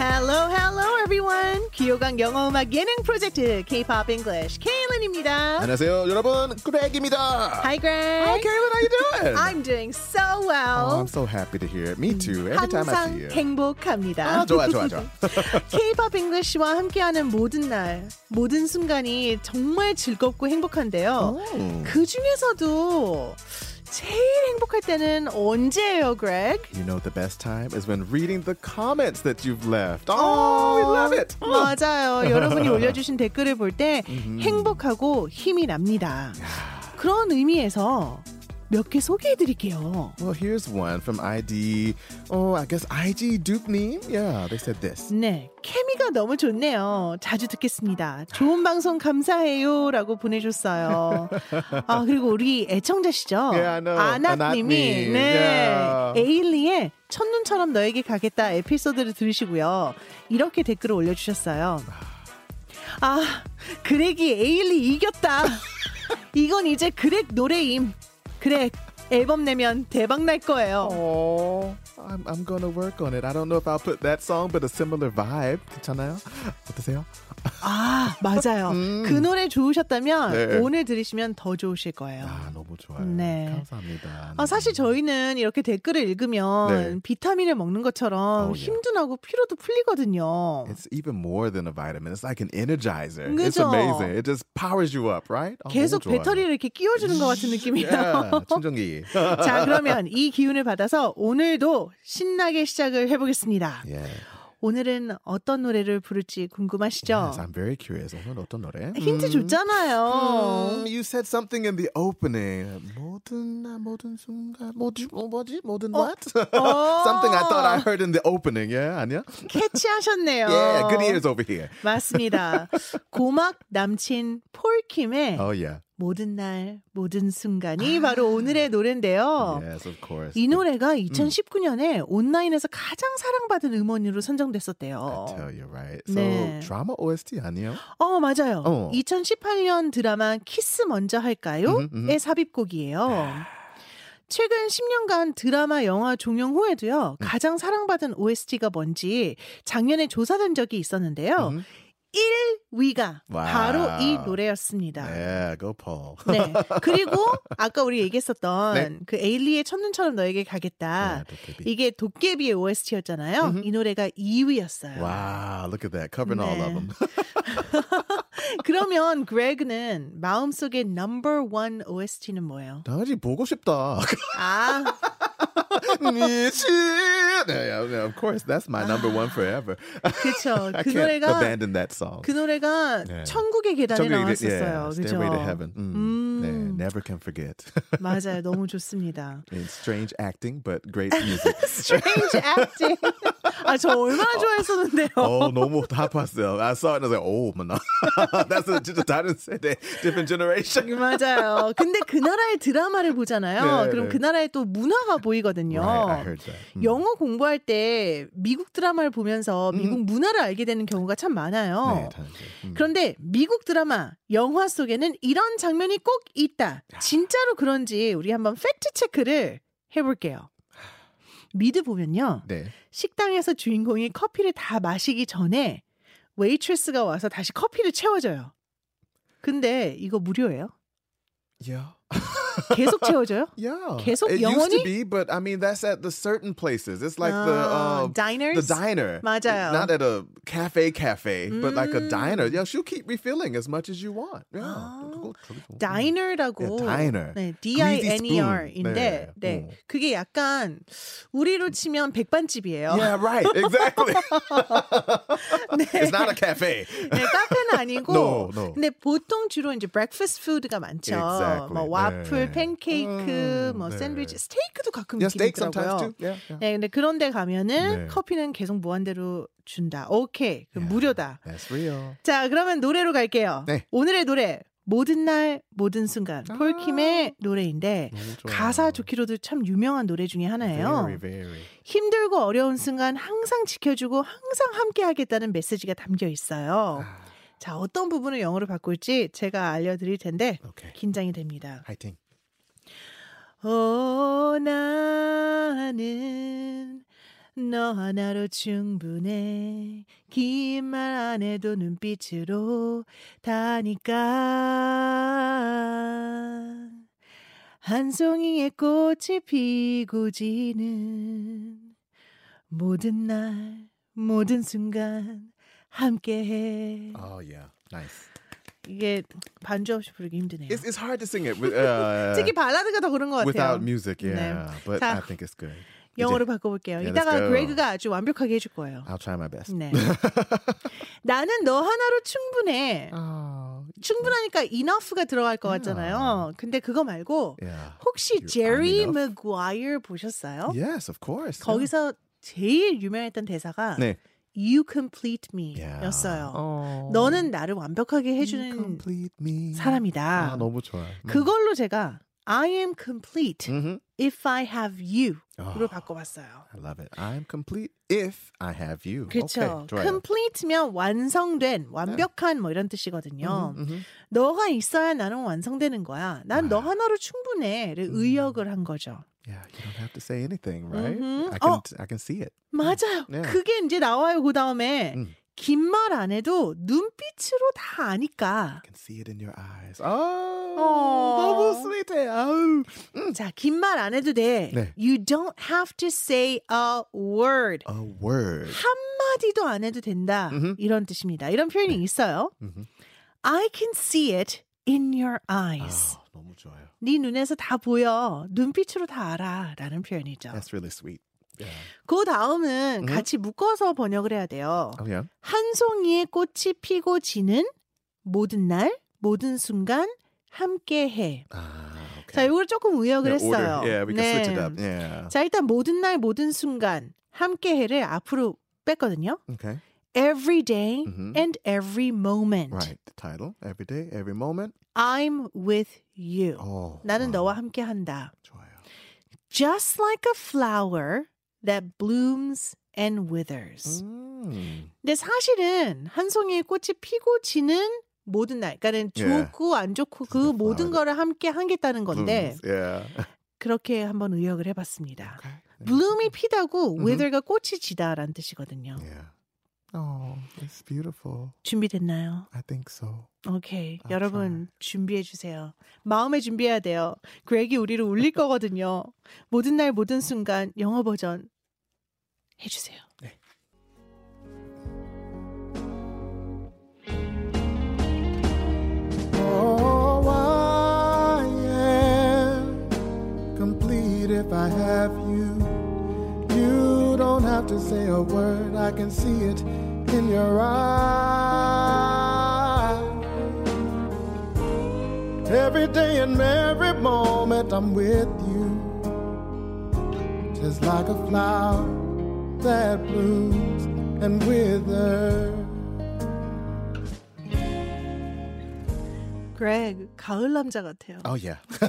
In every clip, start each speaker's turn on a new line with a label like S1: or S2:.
S1: Hello, hello, everyone. 귀요강 영어 음악 예능 프로젝트 K-pop English 케일린입니다.
S2: 안녕하세요, 여러분. 그렉입니다.
S1: Hi, Greg.
S2: Hi, Kaylin. How you doing?
S1: I'm doing so
S2: oh, I'm
S1: well.
S2: so happy to hear it. Me too. Every time I see
S1: 항상
S2: you.
S1: 행복합니다.
S2: 아, 좋아, 좋아, 좋아.
S1: K-pop English와 함께하는 모든 날, 모든 순간이 정말 즐겁고 행복한데요.
S2: 오.
S1: 그 중에서도 제일 행복할 때는 언제예요, Greg?
S2: You know the best time is when reading the comments that you've left. Oh, we love it. Oh.
S1: 맞아요. 여러분이 올려주신 댓글을 볼 때 행복하고 힘이 납니다. 그런 의미에서 몇 개 소개해드릴게요.
S2: Well, here's one from ID. Oh, I guess IG Duke Neem. Yeah, they said this.
S1: 네, 케미가 너무 좋네요. 자주 듣겠습니다. 좋은 방송 감사해요라고 보내줬어요. 아 그리고 우리 애청자시죠?
S2: Yeah, 예, I know.
S1: 아나님이
S2: 아낫님.
S1: 네
S2: Yeah.
S1: 에일리의 첫눈처럼 너에게 가겠다 에피소드를 들으시고요. 이렇게 댓글을 올려주셨어요. 아 그렉이 에일리 이겼다. 이건 이제 그렉 노래임. 그렉 앨범 내면 대박 날 거예요.
S2: Oh, I'm, I'm gonna work on it. I don't know if I'll put that song, but a similar vibe. 괜찮아요? 어떠세요?
S1: 아 맞아요.
S2: 음.
S1: 그 노래 좋으셨다면
S2: 네.
S1: 오늘 들으시면 더 좋으실 거예요.
S2: 아, 너무 좋아요.
S1: 네.
S2: 감사합니다.
S1: 아, 사실 저희는 이렇게 댓글을 읽으면
S2: 네.
S1: 비타민을 먹는 것처럼
S2: Oh, yeah.
S1: 힘도 나고 피로도 풀리거든요.
S2: It's even more than a vitamin. It's like an energizer. It's
S1: 그죠?
S2: amazing. It just powers you up, right? 아,
S1: 계속
S2: 너무 좋아요.
S1: 배터리를 이렇게 끼워주는 것 같은 느낌이에요.
S2: Yeah, 충전기.
S1: 자, 그러면 이 기운을 받아서 오늘도 신나게 시작을 해보겠습니다.
S2: yeah.
S1: 오늘은 어떤 노래를 부를지 궁금하시죠?
S2: Yes, I'm very curious. 오늘 어떤 노래?
S1: 힌트
S2: 예, 음,
S1: 줬잖아요.
S2: 음, you said something in the opening. 모든 나 모든 순간 뭐지 뭐, 뭐지 모든 what?
S1: 어.
S2: something I thought I 예, heard in the opening. Yeah, 아니야?
S1: 캐치하셨네요.
S2: Yeah, good ears over here.
S1: 맞습니다. 고막 남친 폴킴의
S2: Oh yeah.
S1: 모든 날 모든 순간이 바로 오늘의 노래인데요.
S2: Yes, of course.
S1: 이 노래가 2019년에 온라인에서 가장 사랑받은 음원으로 선정됐었대요.
S2: I tell you right. So
S1: 네.
S2: drama OST 아니에요?
S1: 어 맞아요.
S2: 어.
S1: 2018년 드라마 키스 먼저 할까요?의
S2: 음, 음.
S1: 삽입곡이에요. 최근 10년간 드라마, 영화 종영 후에도요
S2: 음.
S1: 가장 사랑받은 OST가 뭔지 작년에 조사된 적이 있었는데요.
S2: 음.
S1: 1위가
S2: 와.
S1: 바로 이 노래였습니다.
S2: Yeah, go Paul.
S1: 네. 그리고 아까 우리 얘기했었던
S2: 네.
S1: 그 에일리의 첫눈처럼 너에게 가겠다.
S2: 네, 도깨비.
S1: 이게 도깨비의 OST였잖아요. 이 노래가 2위였어요.
S2: Wow, look at that. Covering all
S1: 네.
S2: of them.
S1: 그러면 그레그는 마음속의 number one OST는 뭐예요?
S2: 당연히 보고 싶다.
S1: 아,
S2: 미친. Yeah, yeah, of course, that's my number one forever.
S1: 그쵸.
S2: I
S1: 그
S2: can't
S1: 노래가
S2: abandon that song.
S1: 그 노래가
S2: 네.
S1: 천국의 계단에
S2: 정글이-
S1: 나왔었어요.
S2: yeah, Stairway to
S1: 그죠?
S2: Heaven. 음,
S1: 음.
S2: 네, never can forget.
S1: 맞아요. 너무 좋습니다.
S2: It's strange acting, but great music.
S1: Strange acting. 아, 저 얼마나 좋아했었는데요.
S2: Oh, 너무 다 봤어요. I saw it and I was like, oh, man. That's a, 진짜 다른 세대, different generation.
S1: 맞아요. 근데 그 나라의 드라마를 보잖아요.
S2: 네,
S1: 그럼
S2: 네.
S1: 그 나라의 또 문화가 보이거든요.
S2: Right, I heard that. 음.
S1: 영어 공부할 때 미국 드라마를 보면서 미국 문화를 알게 되는 경우가 참 많아요.
S2: 음. 네, 다른 세대. 음.
S1: 그런데 미국 드라마, 영화 속에는 이런 장면이 꼭 있다. 진짜로 그런지 우리 한번 팩트 체크를 해볼게요. 미드 보면요.
S2: 네.
S1: 식당에서 주인공이 커피를 다 마시기 전에 웨이트레스가 와서 다시 커피를 채워줘요. 근데 이거 무료예요?
S2: Yeah.
S1: 계속 채워줘요?
S2: Yeah.
S1: 계속
S2: it used
S1: 영원히?
S2: to be, but I mean that's at the certain places. It's like
S1: 아,
S2: the
S1: Ah,
S2: um, the
S1: diners?
S2: diner.
S1: 맞아요.
S2: Not at a cafe cafe, but like a diner.
S1: Mm.
S2: Yeah, she'll keep refilling as much as you want. Yeah.
S1: 아.
S2: 그거 되게 좋아.
S1: Oh, diner라고
S2: 예, diner.
S1: 네, D I
S2: Greasy
S1: N E R인데
S2: spoon. 네,
S1: 네.
S2: 어.
S1: 그게 약간 우리로 치면 백반집이에요.
S2: Yeah, right. Exactly.
S1: 네.
S2: it's not a cafe.
S1: 네, 카페는 아니고
S2: No, no.
S1: 근데 보통 주로 이제 breakfast food가 많죠.
S2: Exactly.
S1: 뭐
S2: 네.
S1: 와플, 팬케이크,
S2: 음,
S1: 뭐
S2: 네.
S1: 샌드위치, 스테이크도 가끔
S2: Yeah,
S1: 있긴
S2: steak sometimes
S1: 있더라고요.
S2: too. Yeah. yeah.
S1: 네, 근데 그런데 가면은
S2: 네.
S1: 커피는 계속 무한대로 준다. 오케이, 그럼 무료다.
S2: That's real.
S1: 자, 그러면 노래로 갈게요.
S2: 네. 아.
S1: 오늘의 노래 모든 날 모든 순간 폴킴의 노래인데
S2: 너무 좋아요.
S1: 가사 좋기로도 참 유명한 노래 중에 하나예요.
S2: Very, very.
S1: 힘들고 어려운 순간 항상 지켜주고 항상 함께하겠다는 메시지가 담겨 있어요. 자, 어떤 부분을 영어로 바꿀지 제가 알려드릴 텐데
S2: Okay.
S1: 긴장이 됩니다.
S2: Fighting.
S1: 오 나는 너 하나로 충분해 긴 말 안 해도 눈빛으로 다니까 한 송이의 꽃이 피고 지는 모든 날 모든 순간 함께해
S2: Oh yeah, nice.
S1: 이게 반주 없이 부르기 힘드네요.
S2: It's, it's hard to sing it with, uh,
S1: 특히 발라드가 더 그런 것 같아요.
S2: without music.
S1: 네.
S2: Yeah, but
S1: 자,
S2: I think it's good.
S1: 영어로 바꿔볼게요.
S2: Yeah, 네, let's
S1: 이따가
S2: go.
S1: 그레그가 아주 완벽하게 해줄 거예요.
S2: I'll try my best.
S1: 네. 나는 너 하나로 충분해.
S2: Oh,
S1: 충분하니까 enough가 들어갈 것 같잖아요. 근데 그거 말고
S2: yeah.
S1: 혹시
S2: You're-
S1: 제리
S2: I'm
S1: 맥과이어 보셨어요?
S2: Yes, of course.
S1: 거기서 제일 유명했던 대사가
S2: 네.
S1: You complete
S2: Yeah.
S1: me였어요.
S2: Oh.
S1: 너는 나를 완벽하게
S2: You
S1: 해주는
S2: complete me.
S1: 사람이다.
S2: 아, 너무 좋아. 음.
S1: 그걸로 제가 I am complete
S2: 음흠.
S1: if I have you로
S2: 아.
S1: 바꿔봤어요.
S2: I love it. I'm complete if I have you.
S1: 그렇죠.
S2: Okay, 좋아요. 네.
S1: complete면 완성된, 완벽한 뭐 이런 뜻이거든요.
S2: 음흠. 아.
S1: 너가 있어야 나는 완성되는 거야. 난 너 하나로 충분해를
S2: 음.
S1: 의역을 한 거죠.
S2: Yeah, you don't have to say anything, right?
S1: Mhm.
S2: I can
S1: 어.
S2: I can see it.
S1: 맞아요.
S2: 네.
S1: 그게 이제 나와요. 그 다음에
S2: 음.
S1: 긴 말 안 해도 눈빛으로 다 아니까.
S2: I can see it in your eyes. Oh,
S1: 어.
S2: 너무 sweet해. 아우.
S1: 자, 긴 말 안 해도 돼.
S2: 음. 네.
S1: You don't have to say a word.
S2: A word.
S1: 한마디도 안 해도 된다.
S2: 아. 음흠. 네.
S1: 이런 뜻입니다. 이런 표현이 있어요.
S2: 음흠.
S1: I can see it in your eyes.
S2: 아, 너무 좋아요.
S1: 네 눈에서 다 보여. 눈빛으로 다 알아. 라는 표현이죠.
S2: That's really sweet. Yeah.
S1: 그 다음은
S2: 음.
S1: 같이 묶어서 번역을 해야 돼요.
S2: Oh yeah.
S1: 한 송이의 꽃이 피고 지는 모든 날, 모든 순간 함께 해.
S2: Ah, okay.
S1: 자, 이걸 조금 의역을
S2: Yeah, order.
S1: 했어요. 네.
S2: Yeah, we can switch it up. 네. Yeah.
S1: 자, 일단 모든 날, 모든 순간 함께 해를 앞으로 뺐거든요.
S2: Okay.
S1: Every day
S2: Mhm.
S1: and every moment.
S2: Right. The title. Every day, every moment.
S1: I'm with you.
S2: Oh.
S1: 나는
S2: wow.
S1: 너와 함께 한다.
S2: 좋아요.
S1: Just like a flower that blooms and withers.
S2: 음.
S1: 근데 사실은 한 송이의 꽃이 피고 지는 모든 날, 그러니까는
S2: 예.
S1: 좋고 안 좋고 그
S2: 그래서
S1: 모든
S2: flower.
S1: 거를 함께 하겠다는 건데
S2: Blooms. Yeah.
S1: 그렇게 한번 의역을 해봤습니다.
S2: Okay.
S1: bloom이 피다고
S2: 네. 음흠. 네.
S1: wither가 꽃이 지다라는 뜻이거든요.
S2: Yeah. Oh, it's beautiful.
S1: 준비됐나요?
S2: I think so.
S1: 오케이
S2: 아,
S1: 여러분 준비해 주세요. 마음에 준비해야 돼요. 그렉이 우리를 울릴 거거든요. 모든 날 모든 순간 영어 버전 해주세요.
S2: Oh, I am complete if I have you. You don't have to say a word, I can see it in your eyes. Every day and every moment I'm with you, just like a flower that blooms and withers.
S1: 그렉 가을 남자 같아요.
S2: Oh yeah. 아,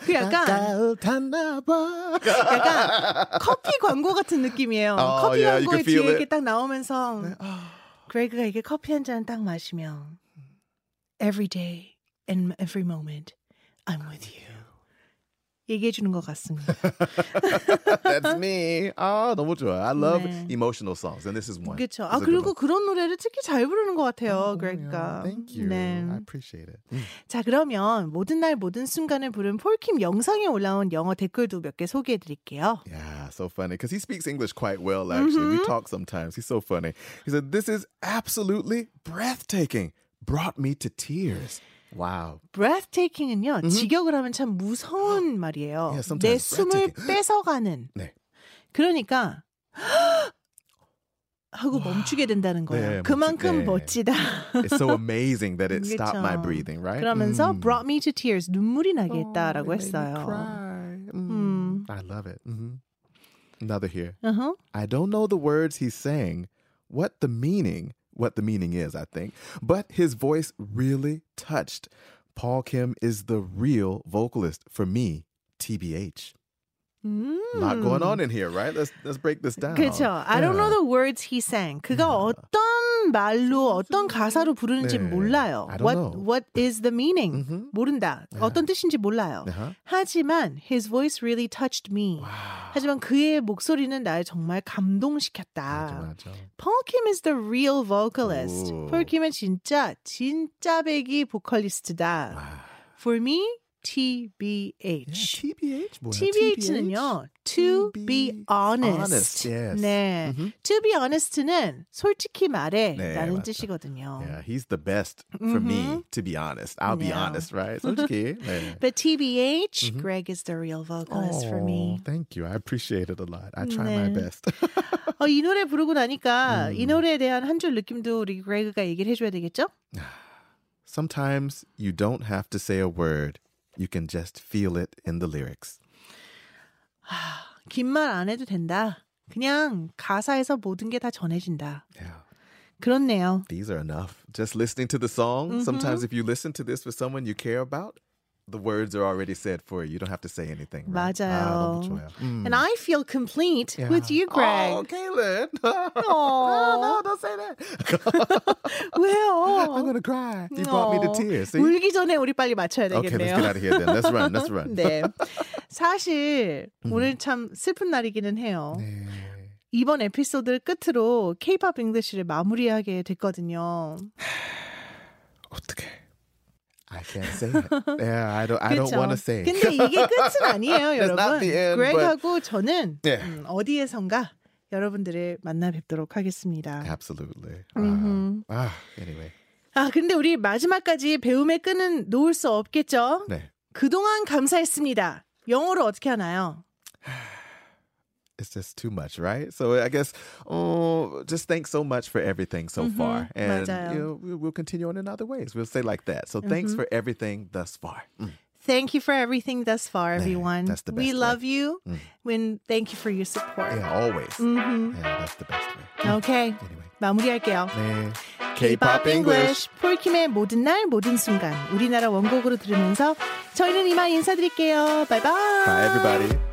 S1: 그 약간
S2: 가을 탔나 봐.
S1: 약간 커피 광고 같은 느낌이에요.
S2: 어,
S1: 커피
S2: yeah, you
S1: 광고에
S2: can feel
S1: 뒤에
S2: it.
S1: 이렇게 딱 나오면서
S2: 아.
S1: 그레그가 이게 커피 한 잔 딱 마시면 Every day and every moment I'm with you 얘기해 주는 것 같습니다.
S2: That's me. 아 너무 좋아. I love
S1: 네.
S2: emotional songs, and this is one.
S1: 그렇죠.
S2: This
S1: 아
S2: is a good
S1: 그리고
S2: one.
S1: 그런 노래를 특히 잘 부르는 것 같아요,
S2: Oh,
S1: 그레그가.
S2: yeah. Thank you.
S1: 네.
S2: I appreciate it. Mm. 음.
S1: 자 그러면 모든 날 모든 순간을 부른 폴킴 영상에 올라온 영어 댓글도 몇 개 소개해 드릴게요.
S2: Yeah, so funny because he speaks English quite well. Actually,
S1: Mm-hmm.
S2: we talk sometimes. He's so funny. He said, "This is absolutely breathtaking. Brought me to tears. Wow.
S1: breathtaking은요 직역을 하면 참 무서운 말이에요.
S2: Yeah, sometimes
S1: 내 숨을 뺏어가는.
S2: breathtaking. 네.
S1: 그러니까 하고 멈추게 된다는 거예요.
S2: 네,
S1: 그만큼
S2: 멈추-
S1: 멋지다.
S2: It's so amazing that it stopped my
S1: 그렇죠.
S2: breathing. Right?
S1: 그러면서
S2: 음.
S1: brought me to tears 눈물이 나게
S2: Oh,
S1: 했다라고
S2: it made me
S1: 했어요. Hmm.
S2: cry.
S1: 음.
S2: 음. I love it. 음. Another here.
S1: 어허.
S2: I don't know the words he's saying, what the meaning, what the meaning is, I think, but his voice really touched. Paul Kim is the real vocalist for me, TBH.
S1: 음.
S2: A lot
S1: Hmm.
S2: going on in here, right? Let's let's break this down.
S1: 그렇죠. I don't know the words he sang. 그가 어떤 어떤 말로 어떤 가사로 부르는지
S2: 음. 네.
S1: 몰라요.
S2: I don't
S1: What
S2: know.
S1: What is the meaning?
S2: Mhm.
S1: 모른다.
S2: 네.
S1: 어떤 뜻인지 몰라요.
S2: Uh-huh.
S1: 하지만 his voice really touched me.
S2: Wow.
S1: 하지만 그의 목소리는 날 정말 감동시켰다.
S2: 맞아, 맞아.
S1: Paul Kim is the real vocalist.
S2: 오.
S1: Paul Kim은 진짜 진짜 배기 보컬리스트다.
S2: Wow.
S1: For me,
S2: 네,
S1: TBH.
S2: Yeah, TBH 뭐야?
S1: TBH는요, to
S2: To
S1: be
S2: be
S1: honest.
S2: honest, yes.
S1: 네.
S2: Mhm.
S1: To be honest는 솔직히 말해
S2: 네,
S1: 라는
S2: 맞죠.
S1: 뜻이거든요.
S2: Yeah, he's the best for me, to be honest. I'll be
S1: Mm-hmm. Yeah.
S2: honest, right? 솔직히. 네.
S1: But TBH,
S2: Mhm.
S1: Greg is the real vocalist for
S2: Oh,
S1: me.
S2: Thank you. I appreciate it a lot. I try my
S1: 네.
S2: best.
S1: 어, 이 노래 부르고 나니까 이
S2: 음.
S1: 노래에 대한 한 줄 느낌도 우리 그레그가 얘기를 해줘야 되겠죠?
S2: Sometimes you don't have to say a word. You can just feel it in the lyrics.
S1: 긴 말 안 해도 된다. 그냥 가사에서 모든 게 다 전해진다.
S2: Yeah.
S1: 그렇네요.
S2: These are enough. Just listening to the song.
S1: Mm-hmm.
S2: Sometimes if you listen to this with someone you care about, the words are already said for you. You don't have to say anything. Right? Ah, 아, 너무
S1: 맞아요.
S2: 좋아요. 음.
S1: And I feel complete
S2: Yeah.
S1: with you,
S2: Oh,
S1: Greg.
S2: Caleb.
S1: Aw.
S2: no, don't say that. I'm
S1: 왜요?
S2: going to cry. You brought me to
S1: Aw.
S2: tears. See?
S1: 울기 전에 우리 빨리 맞춰야
S2: Okay, let's
S1: 되겠네요.
S2: get out of here then. Let's run. Let's run.
S1: 네. 사실 오늘 참 슬픈 날이기는 해요.
S2: 음. 네.
S1: 이번 에피소드를 끝으로 K-pop 잉글리시를 마무리하게 됐거든요.
S2: 어떡해. I can't say it. Yeah, I don't. I don't
S1: 그렇죠.
S2: want to say. it.
S1: 근데 이게 끝은 아니에요,
S2: That's not
S1: 여러분.
S2: the end, but- 네.
S1: 그렉하고 저는
S2: Yeah.
S1: 음, 어디에선가 여러분들을 만나 뵙도록
S2: 아.
S1: 하겠습니다.
S2: Absolutely.
S1: Mhm.
S2: Wow. Ah, anyway.
S1: 아, 근데 우리 마지막까지 배움의 끈은 놓을 수 없겠죠?
S2: 네.
S1: 그동안 감사했습니다. 영어로 어떻게 하나요?
S2: It's just too much, right? So I guess, oh, just thanks so much for everything so far, and
S1: 맞아요.
S2: you know, we- we'll continue on in other ways. We'll say like that. So thanks for everything thus far. Mm.
S1: Thank you for everything thus far,
S2: 네,
S1: everyone.
S2: that's the
S1: we
S2: best way.
S1: love you.
S2: 음.
S1: When thank you for your support.
S2: Yeah, always.
S1: Mhm.
S2: Yeah, that's the best way. Mm.
S1: Okay.
S2: Anyway.
S1: 마무리할게요.
S2: 네.
S1: 폴킴의 모든 날 모든 순간 우리나라 원곡으로 들으면서 저희는 이만 인사드릴게요. 바이바이.
S2: Bye, everybody.